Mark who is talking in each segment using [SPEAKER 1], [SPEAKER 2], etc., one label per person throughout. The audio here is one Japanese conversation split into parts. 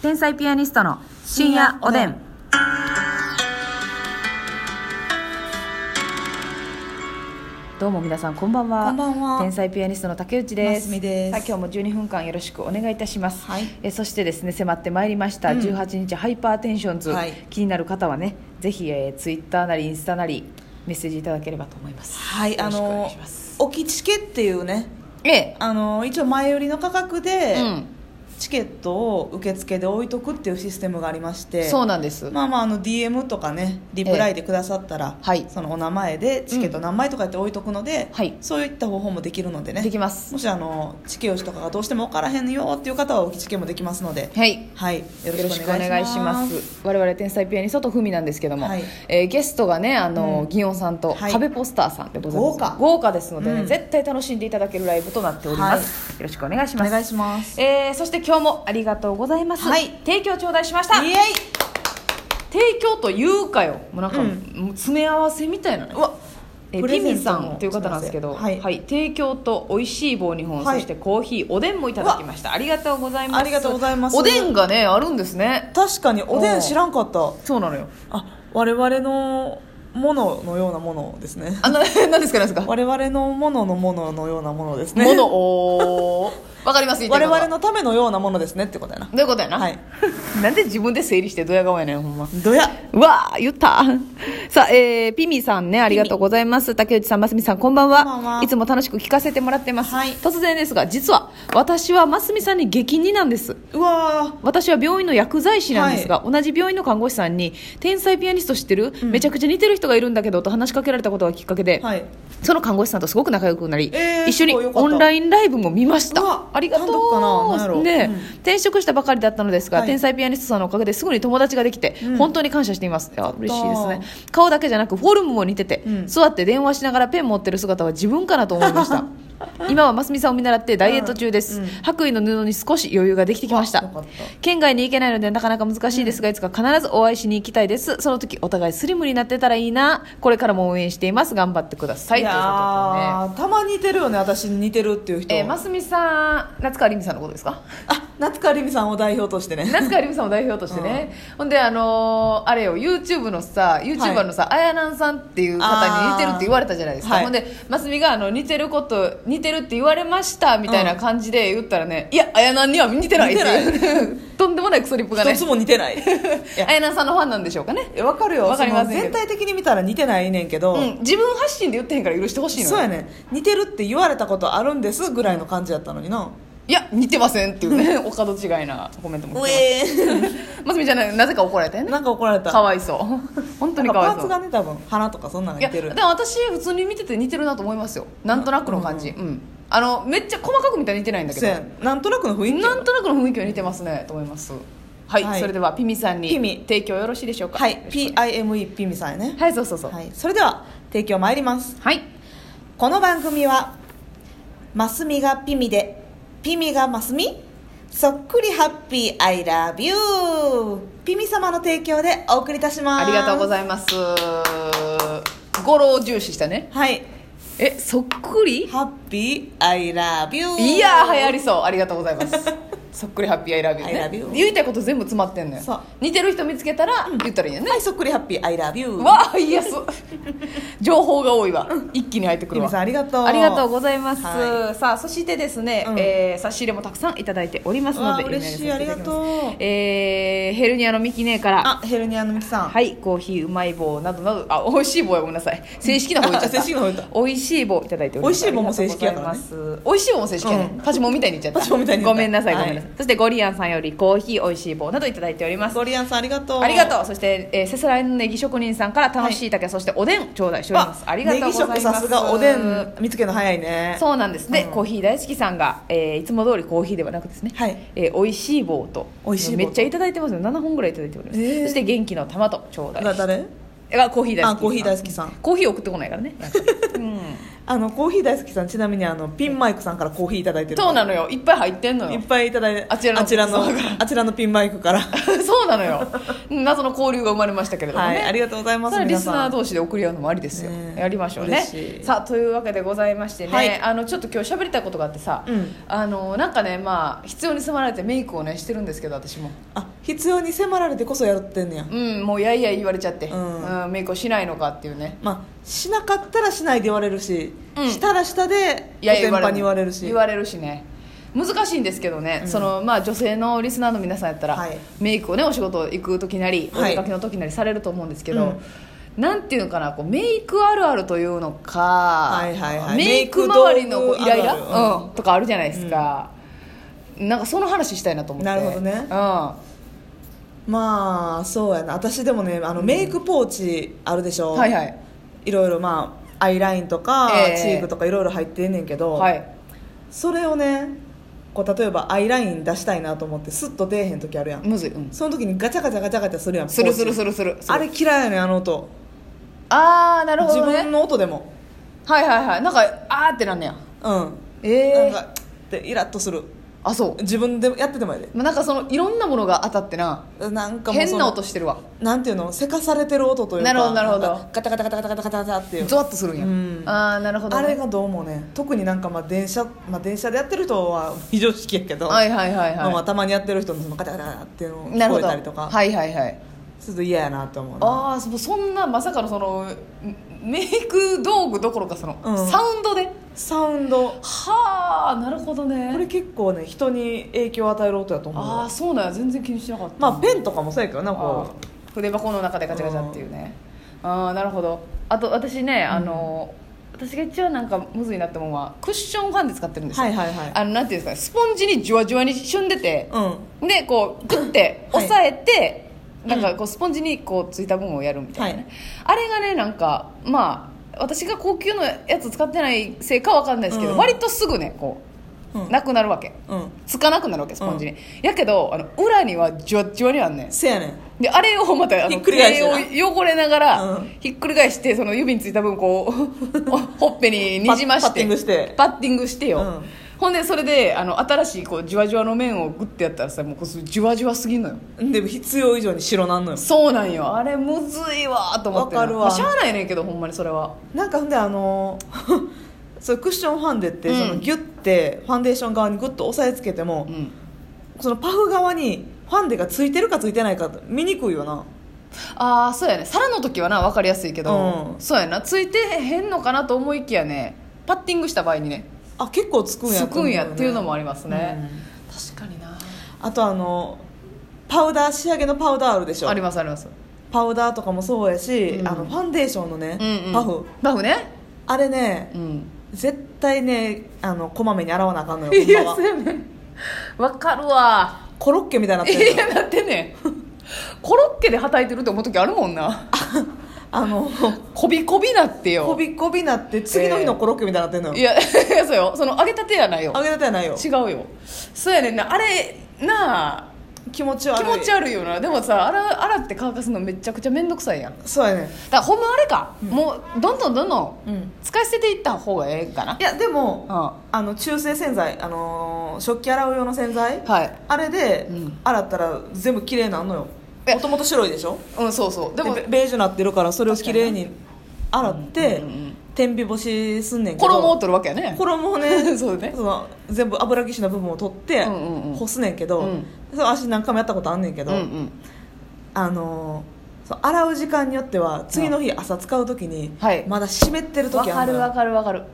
[SPEAKER 1] 天才ピアニストの深夜おでん。どうも皆さんこんばんは。
[SPEAKER 2] こんばんは
[SPEAKER 1] 天才ピアニストの竹内です。
[SPEAKER 2] ますみです
[SPEAKER 1] さあ今日も12分間よろしくお願いいたします。
[SPEAKER 2] はい
[SPEAKER 1] えそしてですね迫ってまいりました、
[SPEAKER 2] うん
[SPEAKER 1] 18日ハイパーテンションズ、
[SPEAKER 2] はい
[SPEAKER 1] 気になる方はねぜひ、えー、ツイッターなりインスタなりメッセージいただければと思います。
[SPEAKER 2] はい、
[SPEAKER 1] よ
[SPEAKER 2] あ
[SPEAKER 1] ろしくお願い
[SPEAKER 2] の
[SPEAKER 1] します。
[SPEAKER 2] 置きチケっていうね、
[SPEAKER 1] ええ。
[SPEAKER 2] あの一応前売りの価格で、
[SPEAKER 1] うん
[SPEAKER 2] チケットを受付で置いとくっていうシステムがありまして、
[SPEAKER 1] そうなんです。
[SPEAKER 2] まあまああの DM とかねリプライでくださったら、
[SPEAKER 1] はい
[SPEAKER 2] そのお名前でチケット何枚とかって置いとくので、
[SPEAKER 1] はい
[SPEAKER 2] そういった方法もできるのでね、
[SPEAKER 1] できます。
[SPEAKER 2] もしあのチケ押しとかがどうしても分からへんよっていう方は置きチケもできますので、
[SPEAKER 1] はい。
[SPEAKER 2] はい、よ
[SPEAKER 1] よろ
[SPEAKER 2] ろ
[SPEAKER 1] し
[SPEAKER 2] し
[SPEAKER 1] く
[SPEAKER 2] く
[SPEAKER 1] お
[SPEAKER 2] お
[SPEAKER 1] 願
[SPEAKER 2] 願
[SPEAKER 1] い
[SPEAKER 2] い
[SPEAKER 1] し
[SPEAKER 2] し
[SPEAKER 1] ま
[SPEAKER 2] ますす。
[SPEAKER 1] 我々天才ピアニストとふみなんですけども、
[SPEAKER 2] はい
[SPEAKER 1] えーゲストがねあの、祇園さんと
[SPEAKER 2] はい
[SPEAKER 1] 壁ポスターさんでございます、
[SPEAKER 2] 豪華
[SPEAKER 1] 豪華ですのでね、
[SPEAKER 2] うん
[SPEAKER 1] 絶対楽しんでいただけるライブとなっております、よろしくお願いし
[SPEAKER 2] お
[SPEAKER 1] ます
[SPEAKER 2] 願いします。
[SPEAKER 1] えーそして今日もありがとうございます、
[SPEAKER 2] はい
[SPEAKER 1] 提供頂戴しました
[SPEAKER 2] イエイ
[SPEAKER 1] 提供というかよもうなんか、
[SPEAKER 2] うん
[SPEAKER 1] もう詰め合わせみたいなね
[SPEAKER 2] うわ
[SPEAKER 1] えー
[SPEAKER 2] プ
[SPEAKER 1] ピ
[SPEAKER 2] レゼ
[SPEAKER 1] ミ
[SPEAKER 2] ント
[SPEAKER 1] さ
[SPEAKER 2] も
[SPEAKER 1] んという方なんですけど、
[SPEAKER 2] すいませんはい
[SPEAKER 1] 提供と美味しい棒2本、
[SPEAKER 2] はい
[SPEAKER 1] そしてコーヒーおでんもいただきましたありがとうございます
[SPEAKER 2] ありがとうございます
[SPEAKER 1] おでんがねあるんですね
[SPEAKER 2] 確かにおで
[SPEAKER 1] おうん
[SPEAKER 2] 知らんかった。
[SPEAKER 1] そうなのよ
[SPEAKER 2] あ我々のもののようなものですね
[SPEAKER 1] あの 何ですか何です か、
[SPEAKER 2] 我々のもののもののようなものですね
[SPEAKER 1] ものおーわかります言って
[SPEAKER 2] 我
[SPEAKER 1] ること
[SPEAKER 2] 々のためのようなものですねってことやな
[SPEAKER 1] どういうことやな、
[SPEAKER 2] はい
[SPEAKER 1] なんで自分で整理してドヤ顔やねんほんま
[SPEAKER 2] どや
[SPEAKER 1] うわあ言ったさあ、えーピミさんねありがとうございます竹内さんますみさんこんばんは
[SPEAKER 2] こんばんはい
[SPEAKER 1] つも楽しく聞かせてもらってます、
[SPEAKER 2] はい
[SPEAKER 1] 突然ですが実は私はますみさんに激似なんです
[SPEAKER 2] うわ
[SPEAKER 1] 私は病院の薬剤師なんですが、同じ病院の看護師さんに天才ピアニスト知ってる、めちゃくちゃ似てる人がいるんだけどと話しかけられたことがきっかけで、
[SPEAKER 2] ーはい
[SPEAKER 1] その看護師さんとすごく仲良くなり、
[SPEAKER 2] えー
[SPEAKER 1] 一緒に
[SPEAKER 2] すごいよかっ
[SPEAKER 1] オ
[SPEAKER 2] た
[SPEAKER 1] ンラインライブも見ました
[SPEAKER 2] うわ
[SPEAKER 1] ありがと
[SPEAKER 2] 単独かななんや
[SPEAKER 1] う
[SPEAKER 2] ろ
[SPEAKER 1] ね、
[SPEAKER 2] うん
[SPEAKER 1] 転職したばかりだったのですが、
[SPEAKER 2] はい
[SPEAKER 1] 天才ピアニストさんのおかげですぐに友達ができて、
[SPEAKER 2] うん
[SPEAKER 1] 本当に感謝していますいや嬉しいです
[SPEAKER 2] やっ
[SPEAKER 1] ね顔だけじゃなくフォルムも似てて、
[SPEAKER 2] うん
[SPEAKER 1] 座って電話しながらペン持ってる姿は自分かなと思いました 今はますみさんを見習ってダイエット中です、
[SPEAKER 2] うんうん
[SPEAKER 1] 白衣の布に少し余裕ができてきました
[SPEAKER 2] よかった
[SPEAKER 1] 県外に行けないのでなかなか難しいですが、いつか必ずお会いしに行きたいですその時お互いスリムになってたらいいなこれからも応援しています頑張ってください
[SPEAKER 2] い
[SPEAKER 1] ということでね
[SPEAKER 2] やーたまに似てるよね私に似てるっていう人、
[SPEAKER 1] えー、ますみさん夏川りみさんのことですか
[SPEAKER 2] あ夏川りみさんを代表としてね
[SPEAKER 1] 夏川りみさんを代表としてね、ほんであのーあれよ YouTube のさ YouTuber のさ、あやなんさんっていう方に似てるって言われたじゃないですか、
[SPEAKER 2] あー
[SPEAKER 1] ほ
[SPEAKER 2] はい
[SPEAKER 1] んでますみがあの似てること似てるって言われましたみたいな感じで言ったらね、いやあやなんには似てないっていう とんでもないクソリップがね
[SPEAKER 2] 一つも似てない いや
[SPEAKER 1] あやなんさんのファンなんでしょうかね
[SPEAKER 2] えわかるよ
[SPEAKER 1] わかりませんけ
[SPEAKER 2] そ
[SPEAKER 1] ど
[SPEAKER 2] の全体的に見たら似てないねんけど、
[SPEAKER 1] うん、自分発信で言ってへんから許してほしいのよ
[SPEAKER 2] そうやね似てるって言われたことあるんですぐらいの感じやったのにない
[SPEAKER 1] や似てませんっていうねお門違いなコメントも来て
[SPEAKER 2] え
[SPEAKER 1] ますますみちゃんななぜか怒られたよね
[SPEAKER 2] なんか怒られた
[SPEAKER 1] かわいそう 本当にかわい
[SPEAKER 2] パー
[SPEAKER 1] そ
[SPEAKER 2] ツ
[SPEAKER 1] う
[SPEAKER 2] がね多分鼻とかそんな
[SPEAKER 1] い
[SPEAKER 2] の似
[SPEAKER 1] や
[SPEAKER 2] てる
[SPEAKER 1] でも私普通に見てて似てるなと思いますよなんとなくの感じ、うんあのめっちゃ細かく見たら似てないんだけ
[SPEAKER 2] そうや
[SPEAKER 1] ど
[SPEAKER 2] んなんとなくの雰囲気
[SPEAKER 1] なんとなくの雰囲気は似てますねと思いますはい、
[SPEAKER 2] はい
[SPEAKER 1] それではピミさんに
[SPEAKER 2] ピミ
[SPEAKER 1] 提供よろしいでしょうか
[SPEAKER 2] は
[SPEAKER 1] よ
[SPEAKER 2] い
[SPEAKER 1] ろしく
[SPEAKER 2] PIME ピミさんやね
[SPEAKER 1] はいそうそうそうは、
[SPEAKER 2] はいいそれでは提供参りますこの番組はマスミがピミでピミがマスミそっくりハッピーアイラビューピミ様の提供でお送りいたします
[SPEAKER 1] ありがとうご
[SPEAKER 2] い
[SPEAKER 1] ざいます語呂を重視したね
[SPEAKER 2] ますはい
[SPEAKER 1] えそっくり
[SPEAKER 2] ハッピーアイラビュー
[SPEAKER 1] いやー流行りそうありがとうございます そっくりハッピーアイラビューね
[SPEAKER 2] I love you
[SPEAKER 1] 言いたいこと全部詰まってんのよ
[SPEAKER 2] そう
[SPEAKER 1] 似てる人見つけたら言ったらいいよね、
[SPEAKER 2] はいそっくりハッピーアイラビュー
[SPEAKER 1] わあいやす情報が多いわ一気に入ってく
[SPEAKER 2] ピ
[SPEAKER 1] る
[SPEAKER 2] ミ
[SPEAKER 1] わ
[SPEAKER 2] さんありがとう
[SPEAKER 1] ありがとうございます、
[SPEAKER 2] は
[SPEAKER 1] さあそしてですね、
[SPEAKER 2] うん
[SPEAKER 1] えー差し入れもたくさんいただいております
[SPEAKER 2] う
[SPEAKER 1] の
[SPEAKER 2] わ
[SPEAKER 1] で
[SPEAKER 2] 嬉しい
[SPEAKER 1] 読み上げさせてただきます
[SPEAKER 2] ありがとう
[SPEAKER 1] えーヘルニアのミキ姉から
[SPEAKER 2] あヘルニアのミキさん
[SPEAKER 1] はいコーヒーうまい棒などなどあ美味しい棒やごめんなさい正式な方言っちゃった
[SPEAKER 2] 正式な方言った
[SPEAKER 1] 美味しい棒いただいております
[SPEAKER 2] 美味しい棒も正式やからね
[SPEAKER 1] ありがとうございます美味しい棒も正式やね、
[SPEAKER 2] うん
[SPEAKER 1] パチモンみたいに言っちゃった
[SPEAKER 2] パチモンみたいに言
[SPEAKER 1] ご
[SPEAKER 2] った
[SPEAKER 1] めんなさいごめんなさい、
[SPEAKER 2] は
[SPEAKER 1] そしてゴリアンさんよりコーヒー美味しい棒などいただいております
[SPEAKER 2] ゴリアンさんありがとう
[SPEAKER 1] ありがとうそして、えー、せすらいのネギ職人さんから楽しい竹、そしておでん頂戴しておりますありがとうございま
[SPEAKER 2] ネギ
[SPEAKER 1] す
[SPEAKER 2] 食さすがおでん見つけるの早いね
[SPEAKER 1] そうなんですで、
[SPEAKER 2] うん
[SPEAKER 1] コーヒー大好きさんが、えーいつも通りコーヒーではなくですね、
[SPEAKER 2] はい
[SPEAKER 1] えー美味しい棒と
[SPEAKER 2] 美味しい棒と
[SPEAKER 1] めっちゃいただいてますよ7本ぐらいいただいております、
[SPEAKER 2] えー
[SPEAKER 1] そして元気の玉と頂戴
[SPEAKER 2] だ誰
[SPEAKER 1] えがコーヒー大好き
[SPEAKER 2] あコーヒー大好きさん
[SPEAKER 1] コーヒー送ってこない からね、うん、
[SPEAKER 2] あのコーヒー大好きさんちなみにあのピンマイクさんからコーヒーいただいてる
[SPEAKER 1] そうなのよいっぱい入ってんの
[SPEAKER 2] いっ
[SPEAKER 1] よ
[SPEAKER 2] ぱいいただいて
[SPEAKER 1] あちらの
[SPEAKER 2] あちらの
[SPEAKER 1] そうだから
[SPEAKER 2] あちらのピンマイクから
[SPEAKER 1] そうなのようん謎の交流が生まれましたけれども
[SPEAKER 2] は
[SPEAKER 1] ね、
[SPEAKER 2] い、ありがとうございます
[SPEAKER 1] それはリ
[SPEAKER 2] 皆
[SPEAKER 1] ス
[SPEAKER 2] さん
[SPEAKER 1] ナー同士で送り合うのもありですよ、
[SPEAKER 2] ねえ
[SPEAKER 1] やりましょう
[SPEAKER 2] 嬉し
[SPEAKER 1] ね
[SPEAKER 2] い
[SPEAKER 1] さあというわけでございましてね、
[SPEAKER 2] はい
[SPEAKER 1] あのちょっと今日喋りたいことがあってさ、
[SPEAKER 2] うん
[SPEAKER 1] あのなんかねまあ必要に迫られてメイクをねしてるんですけど私も
[SPEAKER 2] あ必要に迫られてこそやってんねや、
[SPEAKER 1] うんもうやいやい言われちゃって、
[SPEAKER 2] うん
[SPEAKER 1] メイクをしないのかっていうね
[SPEAKER 2] まあしなかったらしないで言われるし、
[SPEAKER 1] うん
[SPEAKER 2] したらしたで
[SPEAKER 1] いやいや
[SPEAKER 2] おてんぱに言われるし
[SPEAKER 1] 言われるしね難しいんですけどね、
[SPEAKER 2] うん
[SPEAKER 1] そのまあ、女性のリスナーの皆さんやったら、
[SPEAKER 2] はい
[SPEAKER 1] メイクをねお仕事行く時なり、
[SPEAKER 2] は
[SPEAKER 1] お
[SPEAKER 2] い
[SPEAKER 1] 出かけの時なりされると思うんですけど、なんていうのかなこうメイクあるあるというのか、
[SPEAKER 2] いはいはい
[SPEAKER 1] メイク周りのこ
[SPEAKER 2] メイク道
[SPEAKER 1] う
[SPEAKER 2] 具
[SPEAKER 1] イライラ
[SPEAKER 2] あるある
[SPEAKER 1] うん、とかあるじゃないですか、なんかその話したいなと思って
[SPEAKER 2] なるほどね
[SPEAKER 1] うん、は
[SPEAKER 2] まあそうやな私でもねあの、メイクポーチあるでしょ
[SPEAKER 1] いはい
[SPEAKER 2] いろいろまあアイラインとか、
[SPEAKER 1] ええ
[SPEAKER 2] チークとかいろいろ入ってんねんけど、
[SPEAKER 1] はい
[SPEAKER 2] それをねこう例えばアイライン出したいなと思ってスッと出えへん時あるやん
[SPEAKER 1] むずい、うん、
[SPEAKER 2] その時にガチャガチャガチャガチャするやん
[SPEAKER 1] するする
[SPEAKER 2] る
[SPEAKER 1] するする
[SPEAKER 2] あれ嫌いやねんあの音、
[SPEAKER 1] ああなるほ
[SPEAKER 2] 自
[SPEAKER 1] どね
[SPEAKER 2] 分の音でも
[SPEAKER 1] はいはいはいなんかあーってなんねや
[SPEAKER 2] うん
[SPEAKER 1] ええ
[SPEAKER 2] なんかってイラッとする
[SPEAKER 1] あそう
[SPEAKER 2] 自分でやっててもやで
[SPEAKER 1] まあなんかそのいろんなものが当たってな
[SPEAKER 2] なんかもうそ
[SPEAKER 1] 変
[SPEAKER 2] の
[SPEAKER 1] な音してるわ
[SPEAKER 2] なんていうのせかされてる音という
[SPEAKER 1] な
[SPEAKER 2] か
[SPEAKER 1] るほどなるほど
[SPEAKER 2] んかガタガタガタガタガタガタガタっていう
[SPEAKER 1] ゾワッとするんや、
[SPEAKER 2] うん
[SPEAKER 1] ああなるほど、
[SPEAKER 2] あ
[SPEAKER 1] ね、
[SPEAKER 2] れがどうもね特になんかまあ電車、まあ、電車でやってる人は非常識やけど、
[SPEAKER 1] はいはいはい
[SPEAKER 2] まあまあ
[SPEAKER 1] は
[SPEAKER 2] たまにやってる人のそのガタガタガタっていうのを
[SPEAKER 1] いな
[SPEAKER 2] 聞
[SPEAKER 1] る
[SPEAKER 2] こ
[SPEAKER 1] ほ
[SPEAKER 2] え
[SPEAKER 1] ど
[SPEAKER 2] たりとか、
[SPEAKER 1] はいはいはい
[SPEAKER 2] ちょっと嫌やなって思うな
[SPEAKER 1] ああそそんなまさかのそのメイク道具どころかその、
[SPEAKER 2] うん
[SPEAKER 1] サウンドで
[SPEAKER 2] サウンド
[SPEAKER 1] はあなるほどね
[SPEAKER 2] これ結構ね人に影響を与える音やと思う
[SPEAKER 1] ああそうなんや全然気にしてなかった
[SPEAKER 2] まあペンとかもそうやけどな
[SPEAKER 1] あ
[SPEAKER 2] こ
[SPEAKER 1] ー筆箱の中でガチャガチャっていうね、ああなるほどあと私ねあの、私が一番なんかむずいなって思うのはクッションファンデ使ってるん
[SPEAKER 2] う
[SPEAKER 1] ですよ、
[SPEAKER 2] はいはいはい
[SPEAKER 1] あのなんていうんですかスポンジにじゅわじゅわにしゅんでて、
[SPEAKER 2] うん
[SPEAKER 1] でこうグッて
[SPEAKER 2] はい
[SPEAKER 1] 押さえて、なんかこうスポンジにこうついた分をやるみたいなね、あれがねなんかまあ私が高級のやつ使ってないせいかわかんないですけど、
[SPEAKER 2] うん
[SPEAKER 1] 割とすぐねこう、
[SPEAKER 2] うん
[SPEAKER 1] なくなるわけ
[SPEAKER 2] うん
[SPEAKER 1] つかなくなるわけスポンジに、やけどあの裏にはじわじわにあんねん
[SPEAKER 2] せやねん
[SPEAKER 1] であれをまたあ
[SPEAKER 2] ひっ
[SPEAKER 1] の
[SPEAKER 2] くり返し
[SPEAKER 1] 手
[SPEAKER 2] てな
[SPEAKER 1] を汚れながら、
[SPEAKER 2] うん
[SPEAKER 1] ひっくり返してその指についた分こ うほっぺににじまして
[SPEAKER 2] パッパッティングして
[SPEAKER 1] パッティングしてよ、
[SPEAKER 2] うん
[SPEAKER 1] ほんでそれであの新しいこうじわじわの面をグッてやったらさもうこうすじわじわすぎんのよ
[SPEAKER 2] でも必要以上に白なんのよ
[SPEAKER 1] そうなんよあれむずいわと思ってな
[SPEAKER 2] わかるわ
[SPEAKER 1] まあ、しゃあないねんけどほんまにそれは
[SPEAKER 2] なんかほんであの そうクッションファンデって
[SPEAKER 1] うん
[SPEAKER 2] そのギュッてファンデーション側にグッと押さえつけても、
[SPEAKER 1] うん
[SPEAKER 2] そのパフ側にファンデがついてるかついてないか見にくいよな
[SPEAKER 1] ああそうやね皿の時はな分かりやすいけど、
[SPEAKER 2] うん
[SPEAKER 1] そうやなついてへんのかなと思いきやねパッティングした場合にね
[SPEAKER 2] あ結構つくんや
[SPEAKER 1] す
[SPEAKER 2] と
[SPEAKER 1] く
[SPEAKER 2] 思
[SPEAKER 1] ん
[SPEAKER 2] よ
[SPEAKER 1] やっ
[SPEAKER 2] ね
[SPEAKER 1] ていうのもありますね、
[SPEAKER 2] うん
[SPEAKER 1] 確かにな
[SPEAKER 2] あとあのパウダー仕上げのパウダーあるでしょ
[SPEAKER 1] ありますあります
[SPEAKER 2] パウダーとかもそうやし、
[SPEAKER 1] うん
[SPEAKER 2] あのファンデーションのね、
[SPEAKER 1] うんうん
[SPEAKER 2] パフ
[SPEAKER 1] パフね
[SPEAKER 2] あれね
[SPEAKER 1] うん
[SPEAKER 2] 絶対ねあのこまめに洗わなあかんの よ
[SPEAKER 1] い
[SPEAKER 2] ほん
[SPEAKER 1] や
[SPEAKER 2] まは
[SPEAKER 1] せやねんわかるわ
[SPEAKER 2] コロッケみたいになっ
[SPEAKER 1] い
[SPEAKER 2] てる
[SPEAKER 1] やなってんねんコロッケではたいてるって思う時あるもんな
[SPEAKER 2] あの
[SPEAKER 1] こびこびなってよ
[SPEAKER 2] こびこびなって次の日のコロッケみたいになってんのよ、
[SPEAKER 1] いや いやそうよその揚げたてやないよ
[SPEAKER 2] 揚げたてはないよ
[SPEAKER 1] 違うよそうやねんなあれなあ
[SPEAKER 2] 気持ち悪い
[SPEAKER 1] 気持ち悪いよなでもさ洗洗って乾かすのめちゃくちゃ面倒くさいやんだ
[SPEAKER 2] そうやね
[SPEAKER 1] からほんまあれか、もうどんどんどんどん
[SPEAKER 2] うん
[SPEAKER 1] 使い捨てていった方がええかない
[SPEAKER 2] やでも
[SPEAKER 1] うんは
[SPEAKER 2] あの中性洗剤、あのー食器洗う用の洗剤、
[SPEAKER 1] い
[SPEAKER 2] あれで
[SPEAKER 1] うん
[SPEAKER 2] 洗ったら全部綺麗なんのよ
[SPEAKER 1] え
[SPEAKER 2] もともと白いでしょ
[SPEAKER 1] うんそうそうで
[SPEAKER 2] でも
[SPEAKER 1] も
[SPEAKER 2] ベベージュなってるからそれを綺麗に洗って
[SPEAKER 1] うんうんうん
[SPEAKER 2] 天日干しすんねんけど
[SPEAKER 1] 衣を取るわけやね
[SPEAKER 2] 衣をね
[SPEAKER 1] そうね
[SPEAKER 2] その全部油ぎしの部分を取って
[SPEAKER 1] うんうんうん
[SPEAKER 2] 干すねんけど、
[SPEAKER 1] うん
[SPEAKER 2] それ足何回もやったことあんねんけ
[SPEAKER 1] う
[SPEAKER 2] ど、
[SPEAKER 1] んうん
[SPEAKER 2] あのーそう洗う時間によっては次の日朝使う時に
[SPEAKER 1] はい
[SPEAKER 2] まだ湿ってる
[SPEAKER 1] わ
[SPEAKER 2] 時あ
[SPEAKER 1] か
[SPEAKER 2] る
[SPEAKER 1] る
[SPEAKER 2] の
[SPEAKER 1] わ
[SPEAKER 2] よ
[SPEAKER 1] かるわかる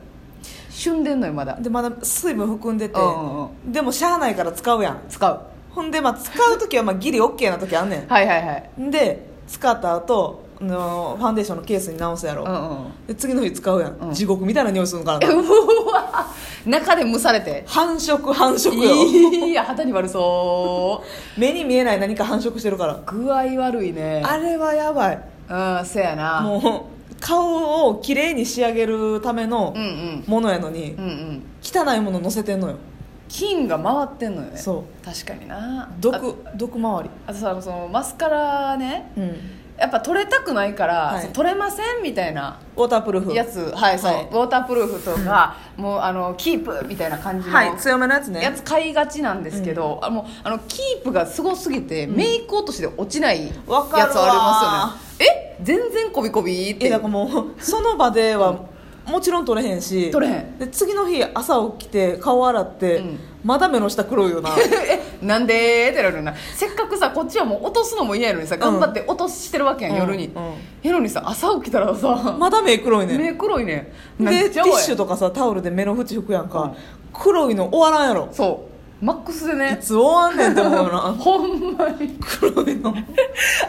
[SPEAKER 1] 旬でんのよまだ
[SPEAKER 2] でまだ水分含んでて
[SPEAKER 1] うんうん
[SPEAKER 2] でもしゃあないから使うやん
[SPEAKER 1] 使う
[SPEAKER 2] ほんで、まあ、使う時はまあギリ OK な時あんね
[SPEAKER 1] はいはいはい
[SPEAKER 2] んで使った後あのファンデーションのケースに直すやろ、
[SPEAKER 1] うんうん
[SPEAKER 2] で次の日使うやん、
[SPEAKER 1] うん
[SPEAKER 2] 地獄みたいな匂いするから
[SPEAKER 1] え
[SPEAKER 2] な
[SPEAKER 1] うわ中で蒸されて
[SPEAKER 2] 繁殖繁殖よ
[SPEAKER 1] いや肌に悪そ
[SPEAKER 2] 目に見えない何か繁殖してるから
[SPEAKER 1] う具合悪いね
[SPEAKER 2] あれはやばい
[SPEAKER 1] うんせやな
[SPEAKER 2] もう顔を綺麗に仕上げるための
[SPEAKER 1] うんうん
[SPEAKER 2] ものやのに、
[SPEAKER 1] うんうん
[SPEAKER 2] 汚いもの乗せてんのよ
[SPEAKER 1] 菌が回ってんのよね
[SPEAKER 2] そう
[SPEAKER 1] 確かになあ
[SPEAKER 2] 毒毒周り
[SPEAKER 1] あとさあのそのマスカラね
[SPEAKER 2] うん
[SPEAKER 1] やっぱ取れたくないから、
[SPEAKER 2] はい
[SPEAKER 1] そう取れませんみたいな
[SPEAKER 2] ウォータープルーフ
[SPEAKER 1] やつ、はいそう
[SPEAKER 2] はい
[SPEAKER 1] ウォータープルーフとか、もうあのキープみたいな感じの、
[SPEAKER 2] はい強めのやつね
[SPEAKER 1] やつ買いがちなんですけど、あもうあのキープがすごすぎて、メイク落としで落ちないやつ
[SPEAKER 2] わかるわ
[SPEAKER 1] ありますよねえ全然こびこびっ
[SPEAKER 2] いや
[SPEAKER 1] て
[SPEAKER 2] だからもうその場ではもちろん取れへんし
[SPEAKER 1] 取れへん
[SPEAKER 2] で次の日朝起きて顔洗って、
[SPEAKER 1] うん
[SPEAKER 2] まだ目の下黒い よな
[SPEAKER 1] えなんでーってなるなせっかくさこっちはもう落とすのも嫌やのにさ頑張って落としてるわけやん、
[SPEAKER 2] うん
[SPEAKER 1] 夜に、
[SPEAKER 2] うん
[SPEAKER 1] やのにさ朝起きたらさ、
[SPEAKER 2] まだ目黒いねん
[SPEAKER 1] 目黒いねんめ
[SPEAKER 2] で
[SPEAKER 1] っ
[SPEAKER 2] テ
[SPEAKER 1] ちゃ
[SPEAKER 2] ィ
[SPEAKER 1] 多い
[SPEAKER 2] ッシュとかさタオルで目の縁拭くやんか、
[SPEAKER 1] うん
[SPEAKER 2] 黒いの終わらんや ろ
[SPEAKER 1] そうマックスで
[SPEAKER 2] い
[SPEAKER 1] ね
[SPEAKER 2] つ終わんねんって思うよな
[SPEAKER 1] ほんまに
[SPEAKER 2] 黒いの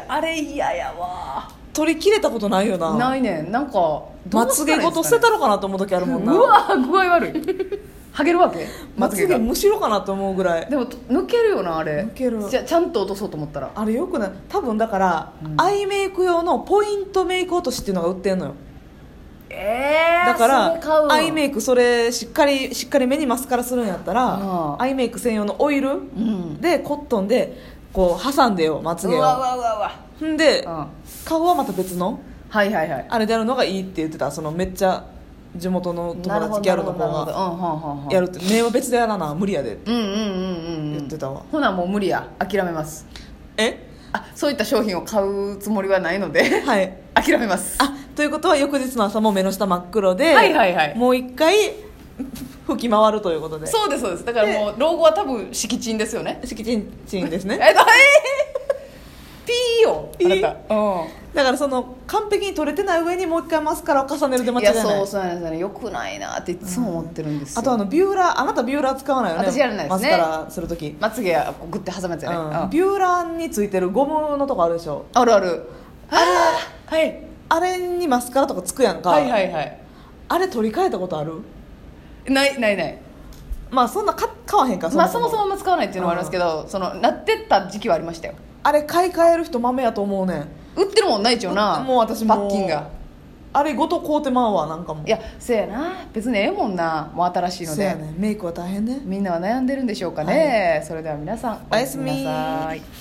[SPEAKER 1] あれ嫌やわ
[SPEAKER 2] 取り切れたことないよな
[SPEAKER 1] ないねんなんかどう
[SPEAKER 2] まつげごと捨てた
[SPEAKER 1] ら
[SPEAKER 2] ろかなと思う時あるもんな
[SPEAKER 1] うわ具合悪いはげるわけ
[SPEAKER 2] ま
[SPEAKER 1] ま
[SPEAKER 2] つ
[SPEAKER 1] つ
[SPEAKER 2] げ
[SPEAKER 1] げが
[SPEAKER 2] むしろかなと思うぐらい
[SPEAKER 1] でもと抜けるよなあれ
[SPEAKER 2] 抜ける
[SPEAKER 1] じゃちゃんと落とそうと思ったら
[SPEAKER 2] あれよくない多分だから、アイメイク用のポイントメイク落としっていうのが売ってんのよ
[SPEAKER 1] ええ
[SPEAKER 2] だからアイ
[SPEAKER 1] イ
[SPEAKER 2] メイクそれしっかりしっかり目にマスカラするんやった
[SPEAKER 1] あ
[SPEAKER 2] ら
[SPEAKER 1] あ
[SPEAKER 2] アイメイク専用のオイル
[SPEAKER 1] うん
[SPEAKER 2] でコットンでこう挟んでよまつ
[SPEAKER 1] う
[SPEAKER 2] げ
[SPEAKER 1] わう
[SPEAKER 2] を
[SPEAKER 1] わうわうわ
[SPEAKER 2] んで
[SPEAKER 1] うん
[SPEAKER 2] 顔はまた別の
[SPEAKER 1] はいはいはい
[SPEAKER 2] あれでやるのがいいって言ってたそのめっちゃ地元の友達ギャルの方
[SPEAKER 1] なる
[SPEAKER 2] が
[SPEAKER 1] ほどなるほどうんうんうんうん
[SPEAKER 2] やるって目は別でやらな無理やでって
[SPEAKER 1] うんうんうんうん
[SPEAKER 2] 言ってたわ
[SPEAKER 1] ほなもう無理や諦めます
[SPEAKER 2] え
[SPEAKER 1] あそういった商品を買うつもりはないので
[SPEAKER 2] はい
[SPEAKER 1] 諦めます
[SPEAKER 2] あということは翌日の朝も目の下真っ黒で
[SPEAKER 1] はいはいはい
[SPEAKER 2] もう一回吹き回るということで
[SPEAKER 1] そうですそうですだからもう老後は多分敷地ですよね
[SPEAKER 2] 敷地んちんですね
[SPEAKER 1] えっとえー、ピーよ
[SPEAKER 2] ピー
[SPEAKER 1] あなたうん
[SPEAKER 2] だからその完璧に取れてない上にもう一回マスカラを重ねるで間違
[SPEAKER 1] い
[SPEAKER 2] いな
[SPEAKER 1] や
[SPEAKER 2] い
[SPEAKER 1] そうそうなんですよねよくないなっていつも思ってるんですよ、
[SPEAKER 2] あとあのビューラーあなたビューラー使わないよね
[SPEAKER 1] 私やらないですね
[SPEAKER 2] マスカラする時、
[SPEAKER 1] まつげはこうグッて挟むやつ
[SPEAKER 2] う、
[SPEAKER 1] やね、うんん
[SPEAKER 2] ビューラーについてるゴムのとこあるでしょ
[SPEAKER 1] あるあるあーはい
[SPEAKER 2] あれにマスカラとかつくやんか、
[SPEAKER 1] はいはいはい
[SPEAKER 2] あれ取り替えたことある
[SPEAKER 1] ないないない
[SPEAKER 2] まあそんなか買わへんか
[SPEAKER 1] まあそもそもあんま使わないっていうのもあ
[SPEAKER 2] うん
[SPEAKER 1] りますけどそのなってった時期はありましたよ
[SPEAKER 2] あれ買い替える人豆やと思うねん
[SPEAKER 1] 売ってるもんないっちよな
[SPEAKER 2] もう私も
[SPEAKER 1] パッキンが
[SPEAKER 2] あれごと買うてまうわなんかも
[SPEAKER 1] いやせやな別にええもんなもう新しいの
[SPEAKER 2] そう
[SPEAKER 1] で、
[SPEAKER 2] やねんメイクは大変ね
[SPEAKER 1] みんなは悩んでるんでしょうかね、それでは皆さん
[SPEAKER 2] おやすみ
[SPEAKER 1] なさい